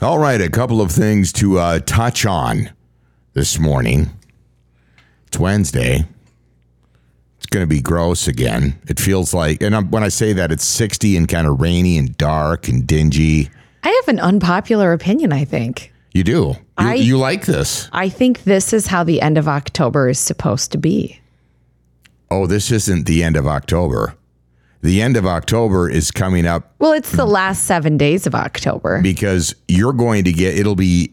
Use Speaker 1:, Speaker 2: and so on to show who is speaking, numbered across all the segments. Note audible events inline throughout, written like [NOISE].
Speaker 1: All right, a couple of things to uh, touch on this morning. It's Wednesday. It's going to be gross again. It feels like, and i when I say that, it's 60 and kind of rainy and dark and dingy.
Speaker 2: I have an unpopular opinion, I think.
Speaker 1: You do. You,
Speaker 2: I-
Speaker 1: you like this.
Speaker 2: I think this is how the end of October is supposed to be.
Speaker 1: Oh, this isn't the end of October. The end of October is coming up
Speaker 2: Well, it's the last seven days of October.
Speaker 1: because you're going to get, it'll be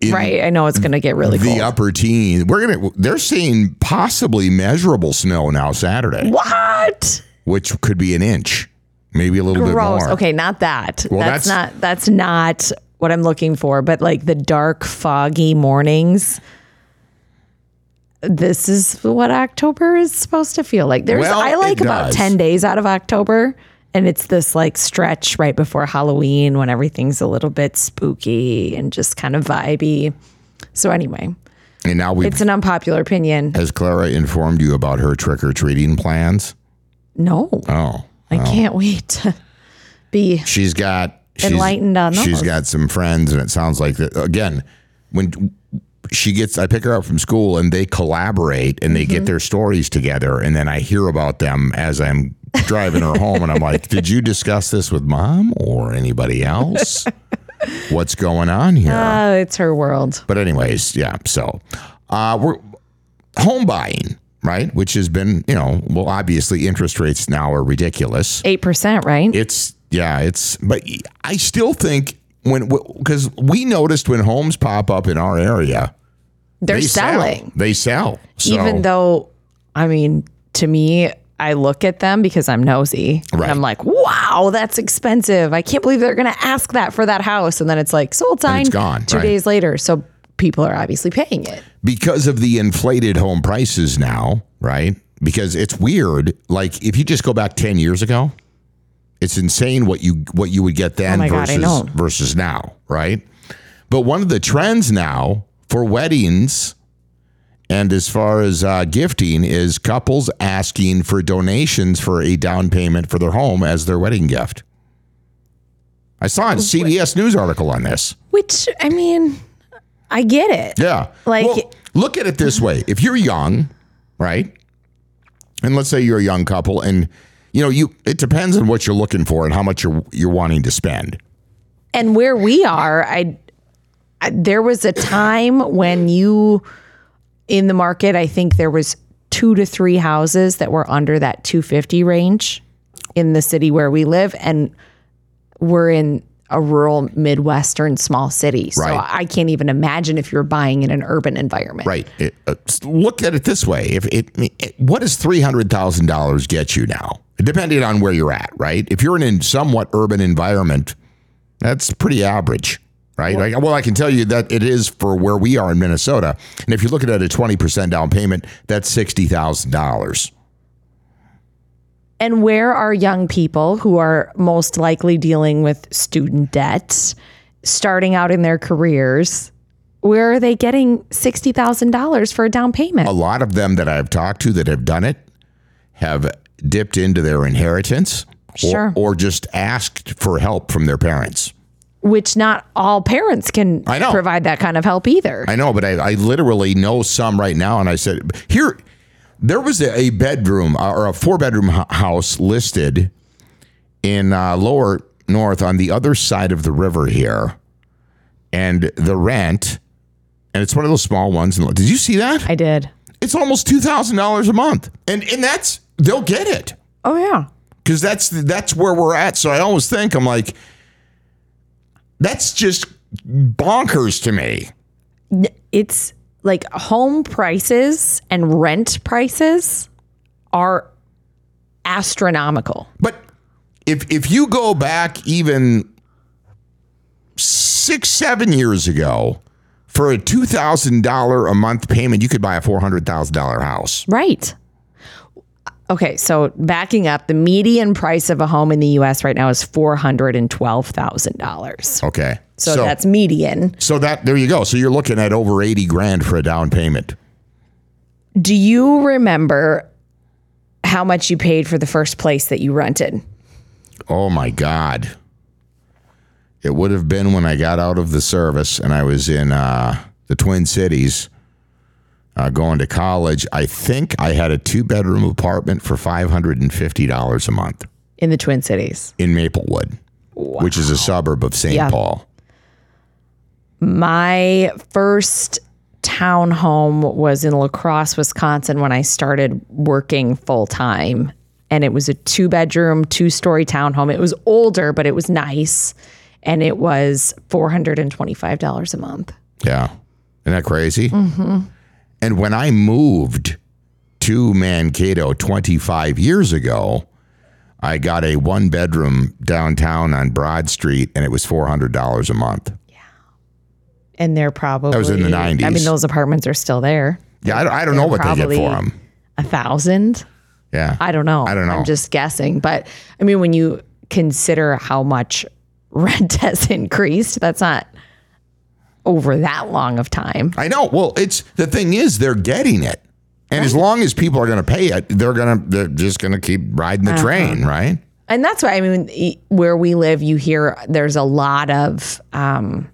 Speaker 1: in
Speaker 2: right. I know it's going to get really
Speaker 1: the
Speaker 2: cold.
Speaker 1: upper teen. We're going to, they're seeing possibly measurable snow now Saturday.
Speaker 2: what?
Speaker 1: which could be an inch, maybe a little
Speaker 2: Gross.
Speaker 1: bit more.
Speaker 2: Okay, not that.
Speaker 1: Well,
Speaker 2: that's,
Speaker 1: that's-
Speaker 2: not that's not what I'm looking for, but like the dark, foggy mornings. This is what October is supposed to feel like. There's
Speaker 1: Well,
Speaker 2: I like
Speaker 1: it
Speaker 2: about
Speaker 1: does.
Speaker 2: 10 days out of October and it's this like stretch right before Halloween when everything's a little bit spooky and just kind of vibey. So anyway,
Speaker 1: And now we,
Speaker 2: it's an unpopular opinion.
Speaker 1: has Clara informed you about her trick or treating plans?
Speaker 2: No.
Speaker 1: Oh,
Speaker 2: I can't wait to be
Speaker 1: she's got she's,
Speaker 2: Enlightened on
Speaker 1: She's
Speaker 2: those.
Speaker 1: got some friends, and it sounds like that again. When she gets, I pick her up from school, and they collaborate and they
Speaker 2: Mm-hmm.
Speaker 1: get their stories together, and then I hear about them as I'm driving her home, and I'm like, "Did you discuss this with mom or anybody
Speaker 2: [LAUGHS]
Speaker 1: else? What's going on here?"
Speaker 2: Oh, it's her world.
Speaker 1: But anyways, yeah. So uh, we're home buying, right? Which has been, you know, well, obviously interest rates now are ridiculous.
Speaker 2: 8%, right?
Speaker 1: It's yeah, it's. But I still think when because we noticed when homes pop up in our area,
Speaker 2: They're
Speaker 1: they sell.
Speaker 2: selling.
Speaker 1: They sell. So,
Speaker 2: even though I mean, to me, I look at them because I'm nosy.
Speaker 1: Right.
Speaker 2: And I'm like, wow, that's expensive. I can't believe they're gonna ask that for that house. And then it's like sold sign
Speaker 1: it's gone,
Speaker 2: two
Speaker 1: right.
Speaker 2: days later. So people are obviously paying it.
Speaker 1: because of the inflated home prices now, right? Because it's weird. Like if you just go back ten years ago, it's insane what you what you would get then
Speaker 2: Oh my God, I
Speaker 1: versus
Speaker 2: know.
Speaker 1: versus now, right? But one of the trends now for weddings and as far as uh, gifting is couples asking for donations for a down payment for their home as their wedding gift. I saw a CBS News article on this.
Speaker 2: Which I mean, I get it.
Speaker 1: Yeah.
Speaker 2: Like-
Speaker 1: Well, look at it this way. If you're young, right? And let's say you're a young couple and you know, you it depends on what you're looking for and how much you're you're wanting to spend.
Speaker 2: And where we are, I, I there was a time when you in the market, I think there was two to three houses that were under that 250 range in the city where we live and we're in a rural midwestern small city. So
Speaker 1: Right.
Speaker 2: I can't even imagine if you're buying in an urban environment.
Speaker 1: Right. It, uh, s- look at it this way. If it, it what does $300,000 get you now? Depending on where you're at, right? If you're in a somewhat urban environment, that's pretty average, right? Like, well, I can tell you that it is for where we are in Minnesota. And if you're looking at a 20% down payment, that's $60,000.
Speaker 2: And where are young people who are most likely dealing with student debt, starting out in their careers? Where are they getting $60,000 for a down payment?
Speaker 1: a lot of them that I've talked to that have done it have dipped into their inheritance
Speaker 2: Sure.
Speaker 1: or, or just asked for help from their parents.
Speaker 2: Which not all parents can
Speaker 1: I know.
Speaker 2: provide that kind of help either.
Speaker 1: I know, but I, I literally know some right now. And I said, here, there was a, a bedroom uh, or a four bedroom h- house listed in uh, lower north on the other side of the river here. And the rent, and it's one of those small ones. And Did you see that?
Speaker 2: I did.
Speaker 1: It's almost $2,000 a month. And, and that's, they'll get it.
Speaker 2: Oh, yeah.
Speaker 1: because that's that's where we're at. So I always think I'm like, that's just bonkers to me.
Speaker 2: It's like home prices and rent prices are astronomical.
Speaker 1: But if if you go back even six seven years ago, for a two thousand dollar a month payment, you could buy a four hundred thousand dollar house.
Speaker 2: Right. Okay, so backing up, the median price of a home in the US right now is $412,000. So,
Speaker 1: Okay,
Speaker 2: that's median.
Speaker 1: so that there you go. So you're looking at over eighty grand for a down payment.
Speaker 2: Do you remember how much you paid for the first place that you rented?
Speaker 1: Oh my God. Oh It would have been when I got out of the service and I was in uh, the Twin Cities uh, going to college. I think I had a two bedroom apartment for $550 a month
Speaker 2: in the Twin Cities.
Speaker 1: in Maplewood, which is a suburb of St.
Speaker 2: Yeah.
Speaker 1: Paul.
Speaker 2: My first townhome was in La Crosse, Wisconsin when I started working full time. And it was a two bedroom, two story townhome. It was older, but it was nice. And it was $425 a month.
Speaker 1: Yeah. Isn't that crazy? Mm-hmm. And when I moved to Mankato 25 years ago, I got a one bedroom downtown on Broad Street and it was $400 a month.
Speaker 2: And they're probably,
Speaker 1: was in the 90s.
Speaker 2: I mean, those apartments are still there.
Speaker 1: Yeah, I don't, I don't know what they get
Speaker 2: Probably-
Speaker 1: for them.
Speaker 2: A thousand?
Speaker 1: Yeah.
Speaker 2: I don't know.
Speaker 1: I don't know.
Speaker 2: I'm just guessing. But I mean, when you consider how much [LAUGHS] rent has increased, that's not over that long of time.
Speaker 1: I know. Well, it's the thing is they're getting it. And as long as people are going to pay it, they're going to they're just going to keep riding
Speaker 2: Uh-huh.
Speaker 1: the train, right?
Speaker 2: And that's why I mean, e- where we live, you hear there's a lot of um,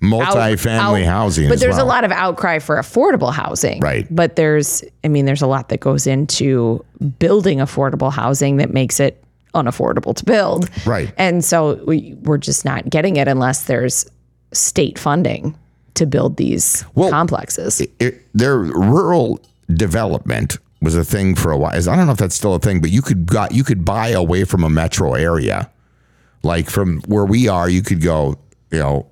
Speaker 2: out-
Speaker 1: Multi-family
Speaker 2: out-
Speaker 1: housing.
Speaker 2: but
Speaker 1: as
Speaker 2: there's
Speaker 1: well.
Speaker 2: a lot of outcry for affordable housing,
Speaker 1: Right.
Speaker 2: But there's, I mean, there's a lot that goes into building affordable housing that makes it unaffordable to build,
Speaker 1: Right.
Speaker 2: And so we, we're just not getting it unless there's state funding to build these
Speaker 1: Well,
Speaker 2: complexes.
Speaker 1: it, their rural development was a thing for a while. I don't know if that's still a thing, but you could got you could buy away from a metro area, like from where we are. You could go, you know,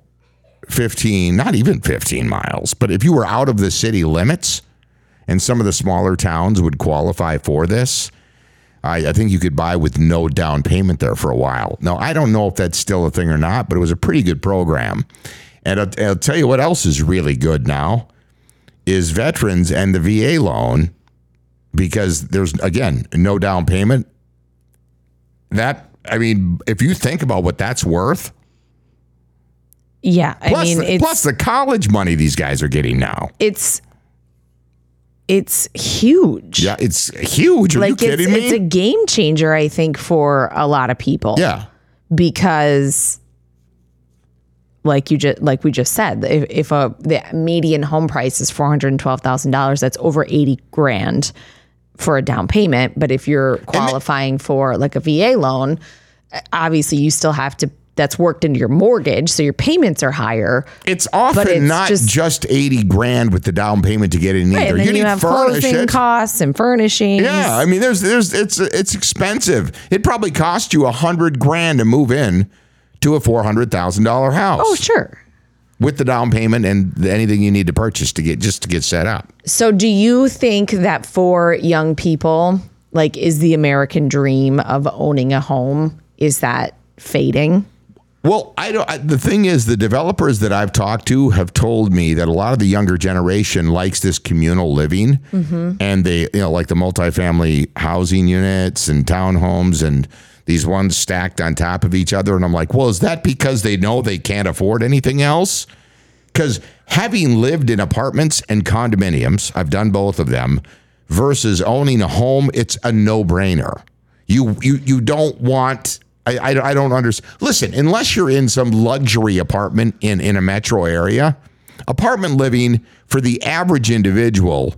Speaker 1: fifteen, not even fifteen miles, but if you were out of the city limits, and some of the smaller towns would qualify for this. I, I think you could buy with no down payment there for a while. Now, I don't know if that's still a thing or not, but it was a pretty good program. And I'll, I'll tell you what else is really good now is veterans and the VA loan because there's again no down payment. That I mean, if you think about what that's worth,
Speaker 2: Yeah, I
Speaker 1: plus,
Speaker 2: mean,
Speaker 1: the,
Speaker 2: it's
Speaker 1: plus the college money these guys are getting now.
Speaker 2: it's it's huge.
Speaker 1: Yeah, it's huge. Are you
Speaker 2: like it's,
Speaker 1: kidding me?
Speaker 2: it's a game changer i think for a lot of people
Speaker 1: yeah,
Speaker 2: because like you just like we just said if, if a the median home price is $412000 that's over 80 grand for a down payment but if you're qualifying for like a va loan eh, obviously you still have to that's worked into your mortgage so your payments are higher
Speaker 1: it's often
Speaker 2: it's
Speaker 1: not just,
Speaker 2: just-
Speaker 1: eighty grand with the down payment to get in either.
Speaker 2: and then
Speaker 1: you need
Speaker 2: have
Speaker 1: furnish
Speaker 2: closing
Speaker 1: it.
Speaker 2: costs and furnishings
Speaker 1: Yeah, I mean, there's there's it's it's expensive. It probably cost you a hundred grand to move in to a four hundred thousand dollar house.
Speaker 2: oh sure
Speaker 1: with the down payment and the- anything you need to purchase to get just to get set up.
Speaker 2: So, do you think that for young people, like, is the American dream of owning a home is that fading?
Speaker 1: Well, I don't. I, the thing is, the developers that I've talked to have told me that a lot of the younger generation likes this communal living, and they, you know, like the multifamily housing units and townhomes and these ones stacked on top of each other. And I'm like, well, is that because they know they can't afford anything else? Because having lived in apartments and condominiums, I've done both of them, versus owning a home, it's a no brainer. You, you, you don't want, I, I, I don't understand. Listen, unless you're in some luxury apartment in, in a metro area, apartment living for the average individual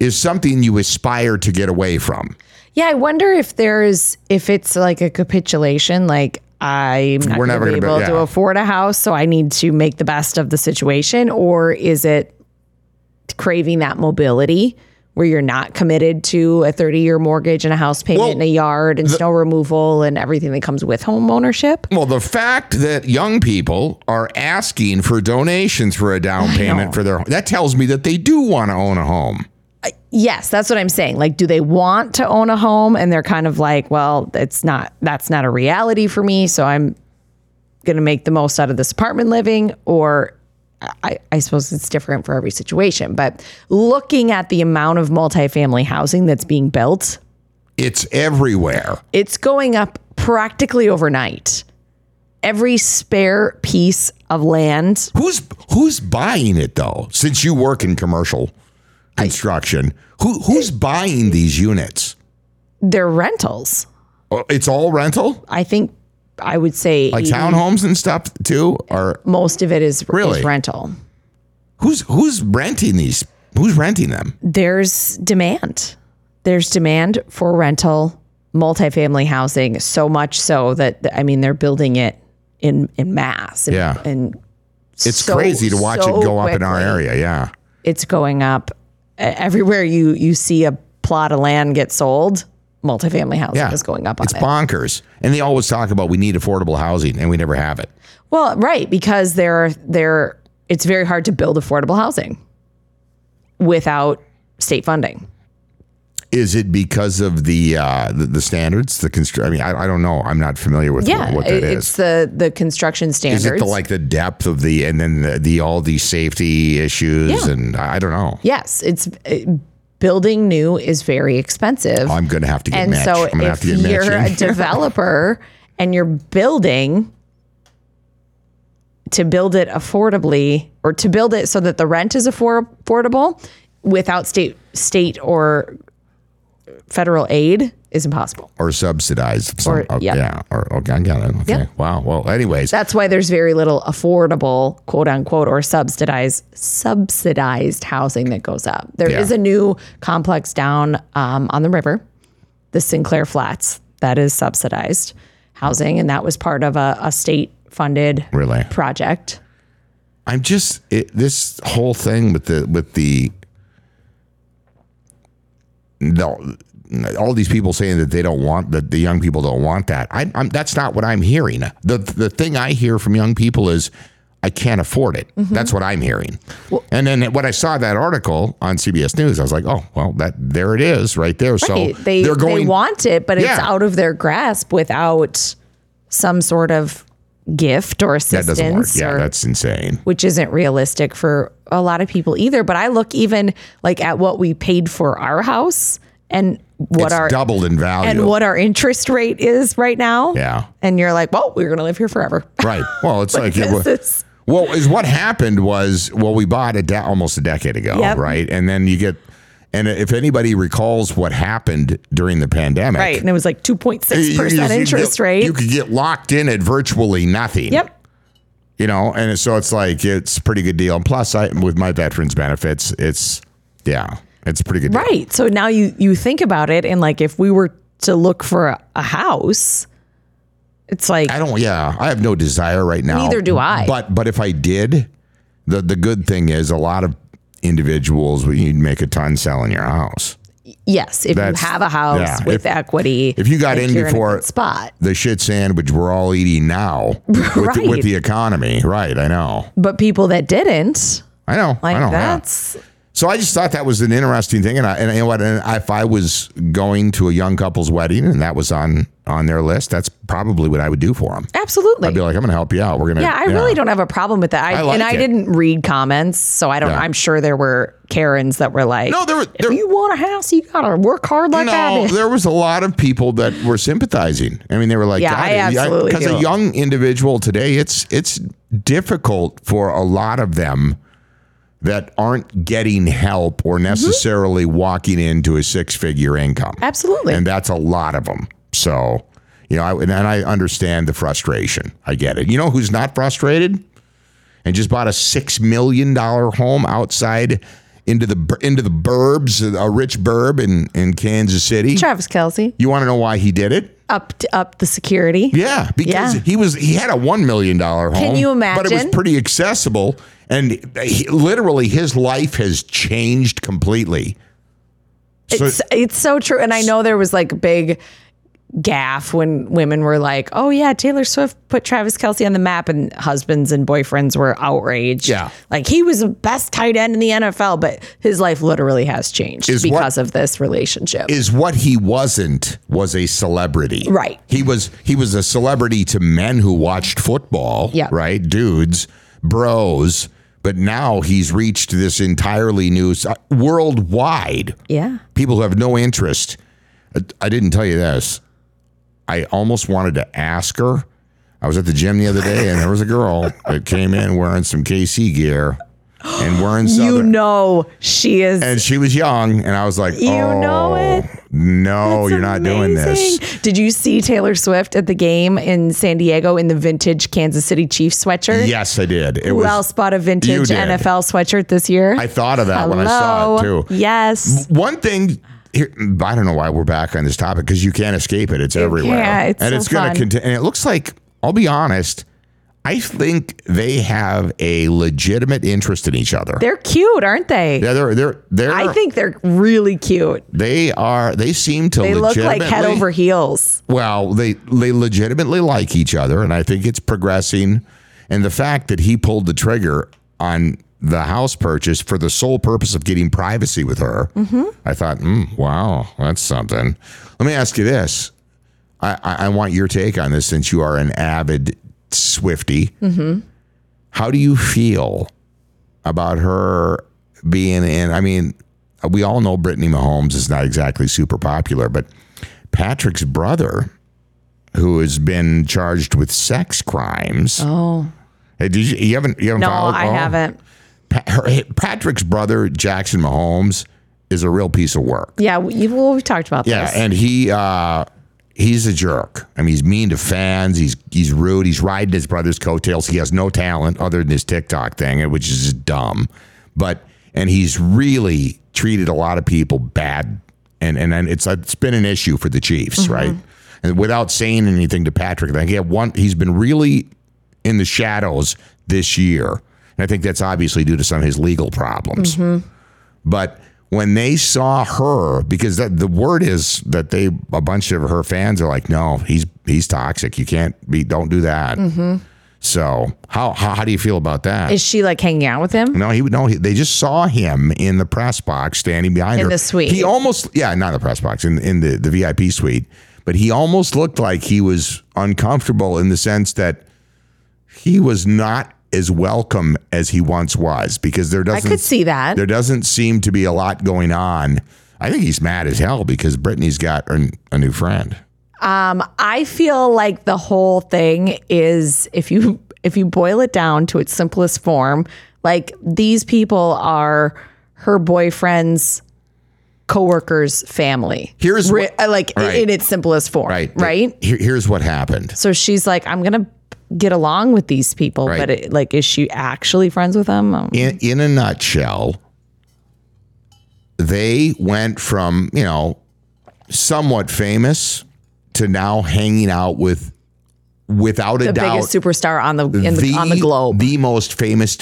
Speaker 1: is something you aspire to get away from.
Speaker 2: Yeah, I wonder if there's if it's like a capitulation, like I'm not
Speaker 1: We're
Speaker 2: going
Speaker 1: never
Speaker 2: to be
Speaker 1: gonna be-
Speaker 2: able to
Speaker 1: yeah.
Speaker 2: afford a house, so I need to make the best of the situation, or is it craving that mobility? Where you're not committed to a 30 year mortgage and a house payment
Speaker 1: Well,
Speaker 2: and a yard and snow removal and everything that comes with home ownership.
Speaker 1: Well, the fact that young people are asking for donations for a down payment for their that tells me that they do want to own a home.
Speaker 2: Yes, that's what I'm saying. Like, do they want to own a home? And they're kind of like, well, it's not, that's not a reality for me. So I'm going to make the most out of this apartment living. Or I, I suppose it's different for every situation. But looking at the amount of multifamily housing that's being built,
Speaker 1: It's everywhere.
Speaker 2: it's going up practically overnight. Every spare piece of land
Speaker 1: Who's who's buying it though? Since you work in commercial construction, who who's buying these units?
Speaker 2: they're rentals.
Speaker 1: Oh, It's all rental.
Speaker 2: I think I would say
Speaker 1: Like
Speaker 2: 80
Speaker 1: townhomes and stuff too? Or
Speaker 2: most of it is,
Speaker 1: Really?
Speaker 2: is rental.
Speaker 1: who's who's renting these? Who's renting them?
Speaker 2: There's demand. There's demand for rental multifamily housing so much so that I mean they're building it in in mass. And,
Speaker 1: Yeah.
Speaker 2: and
Speaker 1: It's crazy to watch it go up in our area. Yeah.
Speaker 2: It's going up E- everywhere. You you see a plot of land get sold. Multifamily housing
Speaker 1: Yeah.
Speaker 2: is going up on
Speaker 1: It's
Speaker 2: it.
Speaker 1: bonkers. And they always talk about we need affordable housing and we never have it.
Speaker 2: Well, right, because there there it's very hard to build affordable housing without state funding.
Speaker 1: Is it because of the uh, the, the standards? The constru- I mean, I, I don't know. I'm not familiar with
Speaker 2: Yeah,
Speaker 1: what, what that
Speaker 2: it-
Speaker 1: is.
Speaker 2: it's the the construction standards.
Speaker 1: Is it the like the depth of the and then the, the all the safety issues
Speaker 2: Yeah.
Speaker 1: and I I don't know.
Speaker 2: yes, it's uh, building new is very expensive,
Speaker 1: I'm gonna have to get
Speaker 2: and
Speaker 1: matched.
Speaker 2: so
Speaker 1: I'm gonna have
Speaker 2: if
Speaker 1: to get [LAUGHS]
Speaker 2: you're a
Speaker 1: matching.
Speaker 2: developer and you're building to build it affordably or to build it so that the rent is affor- affordable without state state or federal aid is impossible.
Speaker 1: or subsidized. Some,
Speaker 2: Or-
Speaker 1: oh,
Speaker 2: yeah.
Speaker 1: Yeah. Or okay, I got it. Okay. Wow. Well, anyways,
Speaker 2: That's why there's very little affordable, quote unquote, or subsidized subsidized housing that goes up. There is
Speaker 1: Yeah.
Speaker 2: a new complex down um, on the river, the Sinclair Flats, that is subsidized housing, and that was part of a, a state funded
Speaker 1: really,
Speaker 2: project.
Speaker 1: I'm just it, this whole thing with the with the no. All these people saying that they don't want that the young people don't want that. I, I'm that's not what I'm hearing. The the thing I hear from young people is I can't afford it.
Speaker 2: Mm-hmm.
Speaker 1: That's what I'm hearing. and then when I saw that article on CBS News, I was like, oh well, that there it is right there. So
Speaker 2: Right. they
Speaker 1: Oh, they're going
Speaker 2: they want it, but it's
Speaker 1: Yeah.
Speaker 2: out of their grasp without some sort of gift or
Speaker 1: that
Speaker 2: assistance.
Speaker 1: doesn't work. Yeah,
Speaker 2: or,
Speaker 1: that's insane.
Speaker 2: which isn't realistic for a lot of people either. But I look even like at what we paid for our house and what
Speaker 1: it's
Speaker 2: our
Speaker 1: doubled in value.
Speaker 2: and what our interest rate is right now.
Speaker 1: Yeah.
Speaker 2: And you're like, well, we're gonna live here forever.
Speaker 1: Right. Well,
Speaker 2: [LAUGHS]
Speaker 1: it's like, it
Speaker 2: This
Speaker 1: wa-
Speaker 2: is-
Speaker 1: well, is what happened was well, we bought a de- almost a decade ago,
Speaker 2: Yep.
Speaker 1: right? And then you get, and if anybody recalls what happened during the pandemic,
Speaker 2: [LAUGHS] right. And it was like two point
Speaker 1: you-
Speaker 2: six
Speaker 1: you-
Speaker 2: percent
Speaker 1: you-
Speaker 2: interest
Speaker 1: you,
Speaker 2: rate.
Speaker 1: You could get locked in at virtually nothing.
Speaker 2: yep.
Speaker 1: You know, and so it's like it's a pretty good deal. And plus, I with my veterans benefits, it's yeah, it's a pretty good. deal.
Speaker 2: Right. So now you you think about it and like if we were to look for a, a house, it's like
Speaker 1: I don't. Yeah, I have no desire right now.
Speaker 2: Neither do I.
Speaker 1: But but if I did, the the good thing is a lot of individuals you'd make a ton selling your house.
Speaker 2: yes, if you
Speaker 1: That's-
Speaker 2: have a house
Speaker 1: yeah.
Speaker 2: with
Speaker 1: If-
Speaker 2: equity,
Speaker 1: if you got
Speaker 2: like,
Speaker 1: in
Speaker 2: you're a
Speaker 1: before-
Speaker 2: good spot.
Speaker 1: The shit sandwich we're all eating
Speaker 2: [LAUGHS]
Speaker 1: now with, the, with
Speaker 2: Right.
Speaker 1: the economy. Right. I know.
Speaker 2: But people that didn't,
Speaker 1: I know.
Speaker 2: like
Speaker 1: I know. yeah.
Speaker 2: that's
Speaker 1: So I just thought that was an interesting thing, and I, and you know what? And if I was going to a young couple's wedding and that was on on their list, that's probably what I would do for them.
Speaker 2: Absolutely.
Speaker 1: I'd be like, I'm going to help you out. We're going to.
Speaker 2: yeah, I really don't have a problem with that. I,
Speaker 1: I like
Speaker 2: and I
Speaker 1: it.
Speaker 2: didn't read comments, so I don't. I'm sure there were Karens that were like,
Speaker 1: No, there were- there-
Speaker 2: if you want a house, you gotta work hard like
Speaker 1: No,
Speaker 2: that."
Speaker 1: there was a lot of people that were sympathizing. I mean, they were like,
Speaker 2: Yeah, I absolutely
Speaker 1: because a
Speaker 2: do.
Speaker 1: young individual today, it's it's difficult for a lot of them that aren't getting help or necessarily walking into a six figure income.
Speaker 2: [LAUGHS] Mm-hmm. Absolutely.
Speaker 1: and that's a lot of them. So, you know, I, and I understand the frustration. I get it. You know who's not frustrated? and just bought a six million dollar home outside into the into the burbs, a rich burb in in Kansas City.
Speaker 2: Travis Kelsey
Speaker 1: You want to know why he did it?
Speaker 2: up up the security.
Speaker 1: Yeah, because
Speaker 2: Yeah.
Speaker 1: he was he had a one million dollar home.
Speaker 2: you
Speaker 1: But it was
Speaker 2: imagine?
Speaker 1: pretty accessible, and he, literally his life has changed completely. So-
Speaker 2: It's it's so true, and I know there was like a big gaff when women were like, "Oh yeah, Taylor Swift put Travis Kelsey on the map," and husbands and boyfriends were outraged.
Speaker 1: Yeah.
Speaker 2: like he was the best tight end in the NFL, but his life literally has changed
Speaker 1: Is what-
Speaker 2: because of this relationship.
Speaker 1: is what he wasn't was a celebrity.
Speaker 2: Right.
Speaker 1: He was he was a celebrity to men who watched football.
Speaker 2: Yeah.
Speaker 1: Right. Dudes, bros. But now he's reached this entirely new s- uh, worldwide.
Speaker 2: yeah.
Speaker 1: People who have no interest. I- I didn't tell you this. I almost wanted to ask her. I was at the gym the other day, and there was a girl that came in wearing some KC gear. and we're in
Speaker 2: [LAUGHS] You
Speaker 1: Southern.
Speaker 2: know she is.
Speaker 1: and she was young, and I was like,
Speaker 2: You
Speaker 1: oh,
Speaker 2: know it.
Speaker 1: No,
Speaker 2: That's
Speaker 1: oh, you're not doing this.
Speaker 2: amazing. Did you see Taylor Swift at the game in San Diego in the vintage Kansas City Chiefs sweatshirt?
Speaker 1: Yes, I did. It
Speaker 2: Who
Speaker 1: was.
Speaker 2: else bought a vintage
Speaker 1: did.
Speaker 2: NFL sweatshirt this year?
Speaker 1: I thought of that when I saw it
Speaker 2: Hello.
Speaker 1: too.
Speaker 2: Yes.
Speaker 1: One thing. Here, I don't know why we're back on this topic because you can't escape it. It's everywhere,
Speaker 2: can't. It's
Speaker 1: and
Speaker 2: so
Speaker 1: it's going
Speaker 2: fun.
Speaker 1: to continue. And it looks like, I'll be honest, I think they have a legitimate interest in each other.
Speaker 2: They're cute, aren't they?
Speaker 1: yeah, they're they're they're.
Speaker 2: I think they're really cute.
Speaker 1: they are. They seem to.
Speaker 2: They look like head
Speaker 1: legitimately-
Speaker 2: over heels.
Speaker 1: Well, they they legitimately like each other, and I think it's progressing. And the fact that he pulled the trigger on the house purchase for the sole purpose of getting privacy with her, I thought, mm, wow, that's something. Let me ask you this: I, I, I want your take on this, since you are an avid Swifty. How do you feel about her being in? I mean, we all know Brittany Mahomes is not exactly super popular, but Patrick's brother, who has been charged with sex crimes.
Speaker 2: Oh.
Speaker 1: Hey, did you, you haven't? You haven't
Speaker 2: No,
Speaker 1: followed-
Speaker 2: I
Speaker 1: oh.
Speaker 2: haven't.
Speaker 1: Pa- her- Patrick's brother, Jackson Mahomes, is a real piece of work.
Speaker 2: Yeah, we, well, we talked about
Speaker 1: Yeah,
Speaker 2: this.
Speaker 1: and he uh, he's a jerk. I mean, he's mean to fans. He's he's rude. He's riding his brother's coattails. He has no talent other than his TikTok thing, which is just dumb. But and he's really treated a lot of people bad, and and, and it's it's been an issue for the Chiefs,
Speaker 2: Mm-hmm.
Speaker 1: right? And without saying anything to Patrick, I think he had one. He's been really in the shadows this year, and I think that's obviously due to some of his legal problems. But when they saw her, because that, the word is that they a bunch of her fans are like, no, he's he's toxic. You can't be. Don't do that. So how, how how do you feel about that?
Speaker 2: Is she like hanging out with him?
Speaker 1: no, he no. He, they just saw him in the press box, standing behind
Speaker 2: In
Speaker 1: her.
Speaker 2: the suite.
Speaker 1: He almost yeah, not the press box in in the the VIP suite. But he almost looked like he was uncomfortable in the sense that he was not as welcome as he once was because there
Speaker 2: I
Speaker 1: doesn't
Speaker 2: could see that.
Speaker 1: there doesn't seem to be a lot going on. I think he's mad as hell because Brittany's got a, a new friend.
Speaker 2: I feel like the whole thing is if you if you boil it down to its simplest form, like these people are her boyfriend's coworker's family.
Speaker 1: Here's
Speaker 2: Re- uh, like
Speaker 1: right.
Speaker 2: in its simplest form, right?
Speaker 1: But Here, here's what happened.
Speaker 2: So she's like, I'm gonna get along with these people,
Speaker 1: Right.
Speaker 2: but it, like, is she actually friends with them? Um,
Speaker 1: In, in a nutshell, they went from, you know, somewhat famous to now hanging out with, without a
Speaker 2: the
Speaker 1: doubt,
Speaker 2: biggest superstar on the, in the, on the globe.
Speaker 1: the most famous,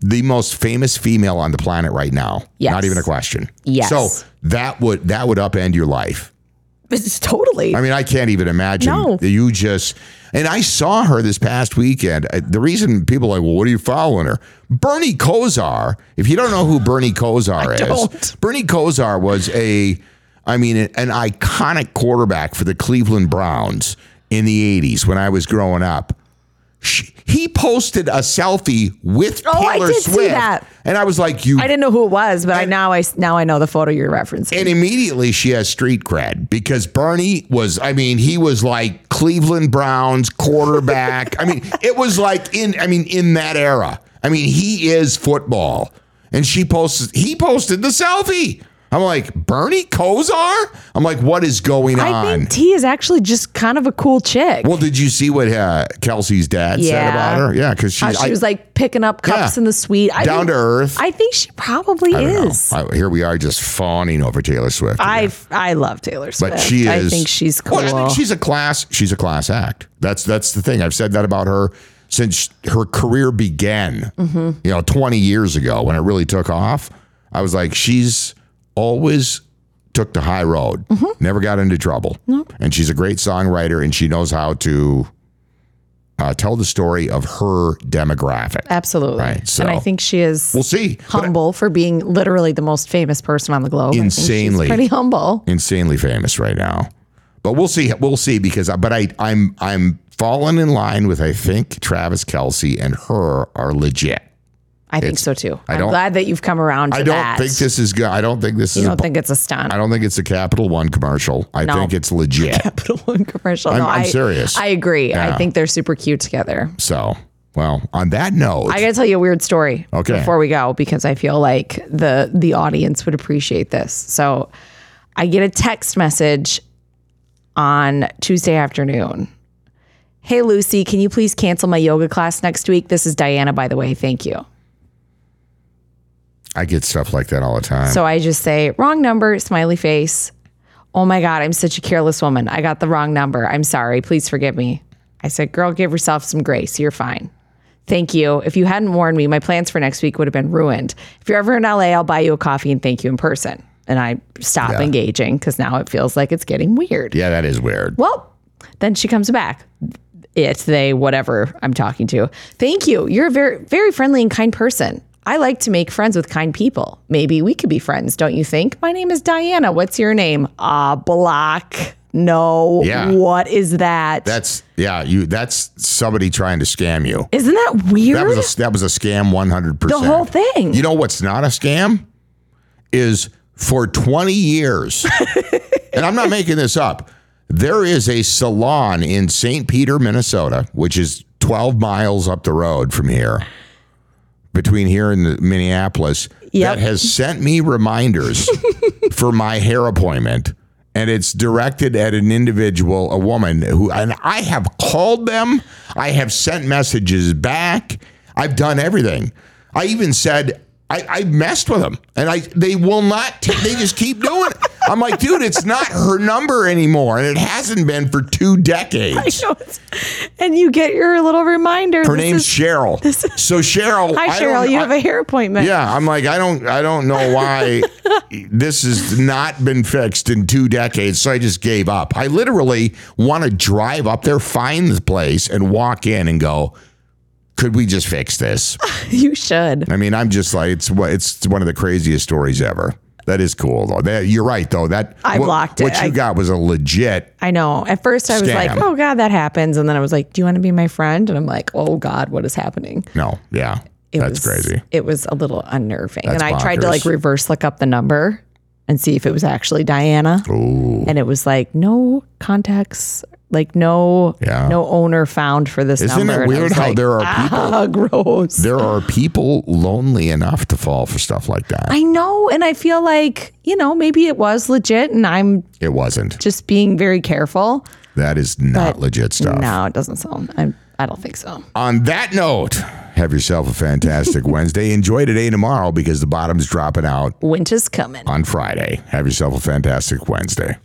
Speaker 1: the most famous female on the planet right now.
Speaker 2: Yes.
Speaker 1: Not even a question.
Speaker 2: Yes.
Speaker 1: So that would that would upend your life.
Speaker 2: [LAUGHS] It's totally.
Speaker 1: I mean, I can't even imagine.
Speaker 2: No.
Speaker 1: that You just, and I saw her this past weekend. Uh, The reason people are like, well, what are you following her? Bernie Kosar, if you don't know who Bernie
Speaker 2: [LAUGHS]
Speaker 1: Kosar is,
Speaker 2: don't.
Speaker 1: Bernie Kosar was a, I mean, an, an iconic quarterback for the Cleveland Browns in the 80s when I was growing up. She, he posted a selfie with
Speaker 2: Oh, I
Speaker 1: Taylor
Speaker 2: did see
Speaker 1: Swift.
Speaker 2: that.
Speaker 1: And I was like, you
Speaker 2: I didn't know who it was, but I now I s- now I know the photo you're referencing.
Speaker 1: and immediately she has street cred because Bernie was, I mean, he was like Cleveland Browns quarterback. I mean, it was like in, I mean, in that era. I mean, he is football. And she posted, he posted the selfie. I'm like, Bernie Kosar? I'm like, what is going
Speaker 2: I
Speaker 1: on?
Speaker 2: think T is actually just kind of a cool chick.
Speaker 1: well, did you see what uh, Kelsey's dad said
Speaker 2: Yeah.
Speaker 1: about her? Yeah, because
Speaker 2: How
Speaker 1: she's
Speaker 2: she was like picking up cups
Speaker 1: Yeah.
Speaker 2: in the suite. I
Speaker 1: Down
Speaker 2: think-
Speaker 1: to earth.
Speaker 2: I think she probably
Speaker 1: I don't know.
Speaker 2: is.
Speaker 1: I- here we are just fawning over Taylor Swift.
Speaker 2: I I love Taylor Swift.
Speaker 1: but she is.
Speaker 2: I think she's cool.
Speaker 1: Well, I think she's a class. She's a class act. That's that's the thing. I've said that about her since her career began.
Speaker 2: Mm-hmm.
Speaker 1: You know, twenty years ago when it really took off, I was like, she's always took the high road.
Speaker 2: Mm-hmm.
Speaker 1: Never got into trouble. And she's a great songwriter, and she knows how to uh, tell the story of her demographic.
Speaker 2: Absolutely.
Speaker 1: Right, so-
Speaker 2: and I think she is
Speaker 1: We'll see. But
Speaker 2: humble for being literally the most famous person on the globe. I think she's
Speaker 1: Insanely.
Speaker 2: pretty humble.
Speaker 1: insanely famous right now. But we'll see. We'll see because. I, but I, I'm I'm falling in line with. I think Travis Kelsey and her are legit.
Speaker 2: I think so too. I
Speaker 1: don't-
Speaker 2: am glad that you've come around. To
Speaker 1: I don't
Speaker 2: that.
Speaker 1: think this is good. I don't think this is.
Speaker 2: You
Speaker 1: I
Speaker 2: don't think it's a stunt.
Speaker 1: I
Speaker 2: [LAUGHS]
Speaker 1: don't think it's a Capital One commercial. I
Speaker 2: No.
Speaker 1: think it's legit.
Speaker 2: Capital One commercial.
Speaker 1: I'm-
Speaker 2: no,
Speaker 1: I'm
Speaker 2: I-
Speaker 1: serious.
Speaker 2: I agree.
Speaker 1: Yeah.
Speaker 2: I think they're super cute together.
Speaker 1: So Well, on that note,
Speaker 2: I gotta tell you a weird story
Speaker 1: Okay.
Speaker 2: before we go because I feel like the the audience would appreciate this. So I get a text message on Tuesday afternoon. Hey Lucy, can you please cancel my yoga class next week? This is Diana, by the way. Thank you.
Speaker 1: I get stuff like that all the time.
Speaker 2: So I just say, wrong number, smiley face. Oh my God, I'm such a careless woman. I got the wrong number. I'm sorry. Please forgive me. I said, girl, give yourself some grace. You're fine. Thank you. If you hadn't warned me, my plans for next week would have been ruined. If you're ever in LA, I'll buy you a coffee and thank you in person. And I stop engaging because now it feels like it's getting weird.
Speaker 1: yeah, that is weird.
Speaker 2: Well, then she comes back. It's they, whatever I'm talking to. Thank you. You're a very, very friendly and kind person. I like to make friends with kind people. Maybe we could be friends, don't you think? My name is Diana. What's your name? Ah, block. No.
Speaker 1: Yeah.
Speaker 2: What is that?
Speaker 1: That's yeah, you. That's somebody trying to scam you.
Speaker 2: Isn't that weird?
Speaker 1: That was a, that was a scam, one hundred percent.
Speaker 2: the whole thing.
Speaker 1: You know what's not a scam? Is for 20 years, and I'm not making this up, there is a salon in St. Peter, Minnesota, which is 12 miles up the road from here, between here and the- Minneapolis,
Speaker 2: Yep.
Speaker 1: that has sent me
Speaker 2: [LAUGHS]
Speaker 1: reminders for my hair appointment. And it's directed at an individual, a woman who, and I have called them. I have sent messages back. I've done everything. I even said, I, I messed with them and I, they will not, t- they just keep doing it. I'm like, dude, it's not her number anymore. And it hasn't been for two decades.
Speaker 2: [LAUGHS] You know, it's- and you get your little reminder.
Speaker 1: Her
Speaker 2: this
Speaker 1: name's
Speaker 2: is-
Speaker 1: Cheryl. So Cheryl,
Speaker 2: Hi,
Speaker 1: I don't-
Speaker 2: Cheryl. You
Speaker 1: I-
Speaker 2: have a hair
Speaker 1: [LAUGHS]
Speaker 2: appointment.
Speaker 1: yeah, I'm like, I don't, I don't know why this has not been fixed in two decades. So I just gave up. I literally want to drive up there, find the place, and walk in and go. Could we just fix
Speaker 2: [LAUGHS]
Speaker 1: this?
Speaker 2: [LAUGHS] You should.
Speaker 1: I mean, I'm just like, it's what it's one of the craziest stories ever. That is cool though. That you're right though. That
Speaker 2: I
Speaker 1: what,
Speaker 2: blocked it.
Speaker 1: What you
Speaker 2: I-
Speaker 1: got was a legit.
Speaker 2: I know. At first, I was
Speaker 1: Scam.
Speaker 2: like, "Oh God, that happens," and then I was like, "Do you want to be my friend?" And I'm like, "Oh God, what is happening?"
Speaker 1: No, yeah,
Speaker 2: It
Speaker 1: that's
Speaker 2: was,
Speaker 1: crazy.
Speaker 2: It was a little unnerving, and I tried to
Speaker 1: bonkers.
Speaker 2: like reverse look up the number and see if it was actually Diana,
Speaker 1: Ooh,
Speaker 2: and it was like no contacts, like no
Speaker 1: Yeah.
Speaker 2: no owner found for this
Speaker 1: Isn't it
Speaker 2: number. And I
Speaker 1: weird
Speaker 2: was
Speaker 1: how
Speaker 2: like,
Speaker 1: there are
Speaker 2: ah, [LAUGHS] gross.
Speaker 1: there are people lonely enough to fall for stuff like that.
Speaker 2: I know, and I feel like you know maybe it was legit, and I'm
Speaker 1: It wasn't.
Speaker 2: just being very careful.
Speaker 1: That is not legit stuff.
Speaker 2: No, it doesn't sound. I'm, I don't think so.
Speaker 1: On that note, have yourself a fantastic Wednesday. Enjoy today and tomorrow because the bottom's dropping out
Speaker 2: Winter's coming.
Speaker 1: on Friday. Have yourself a fantastic Wednesday.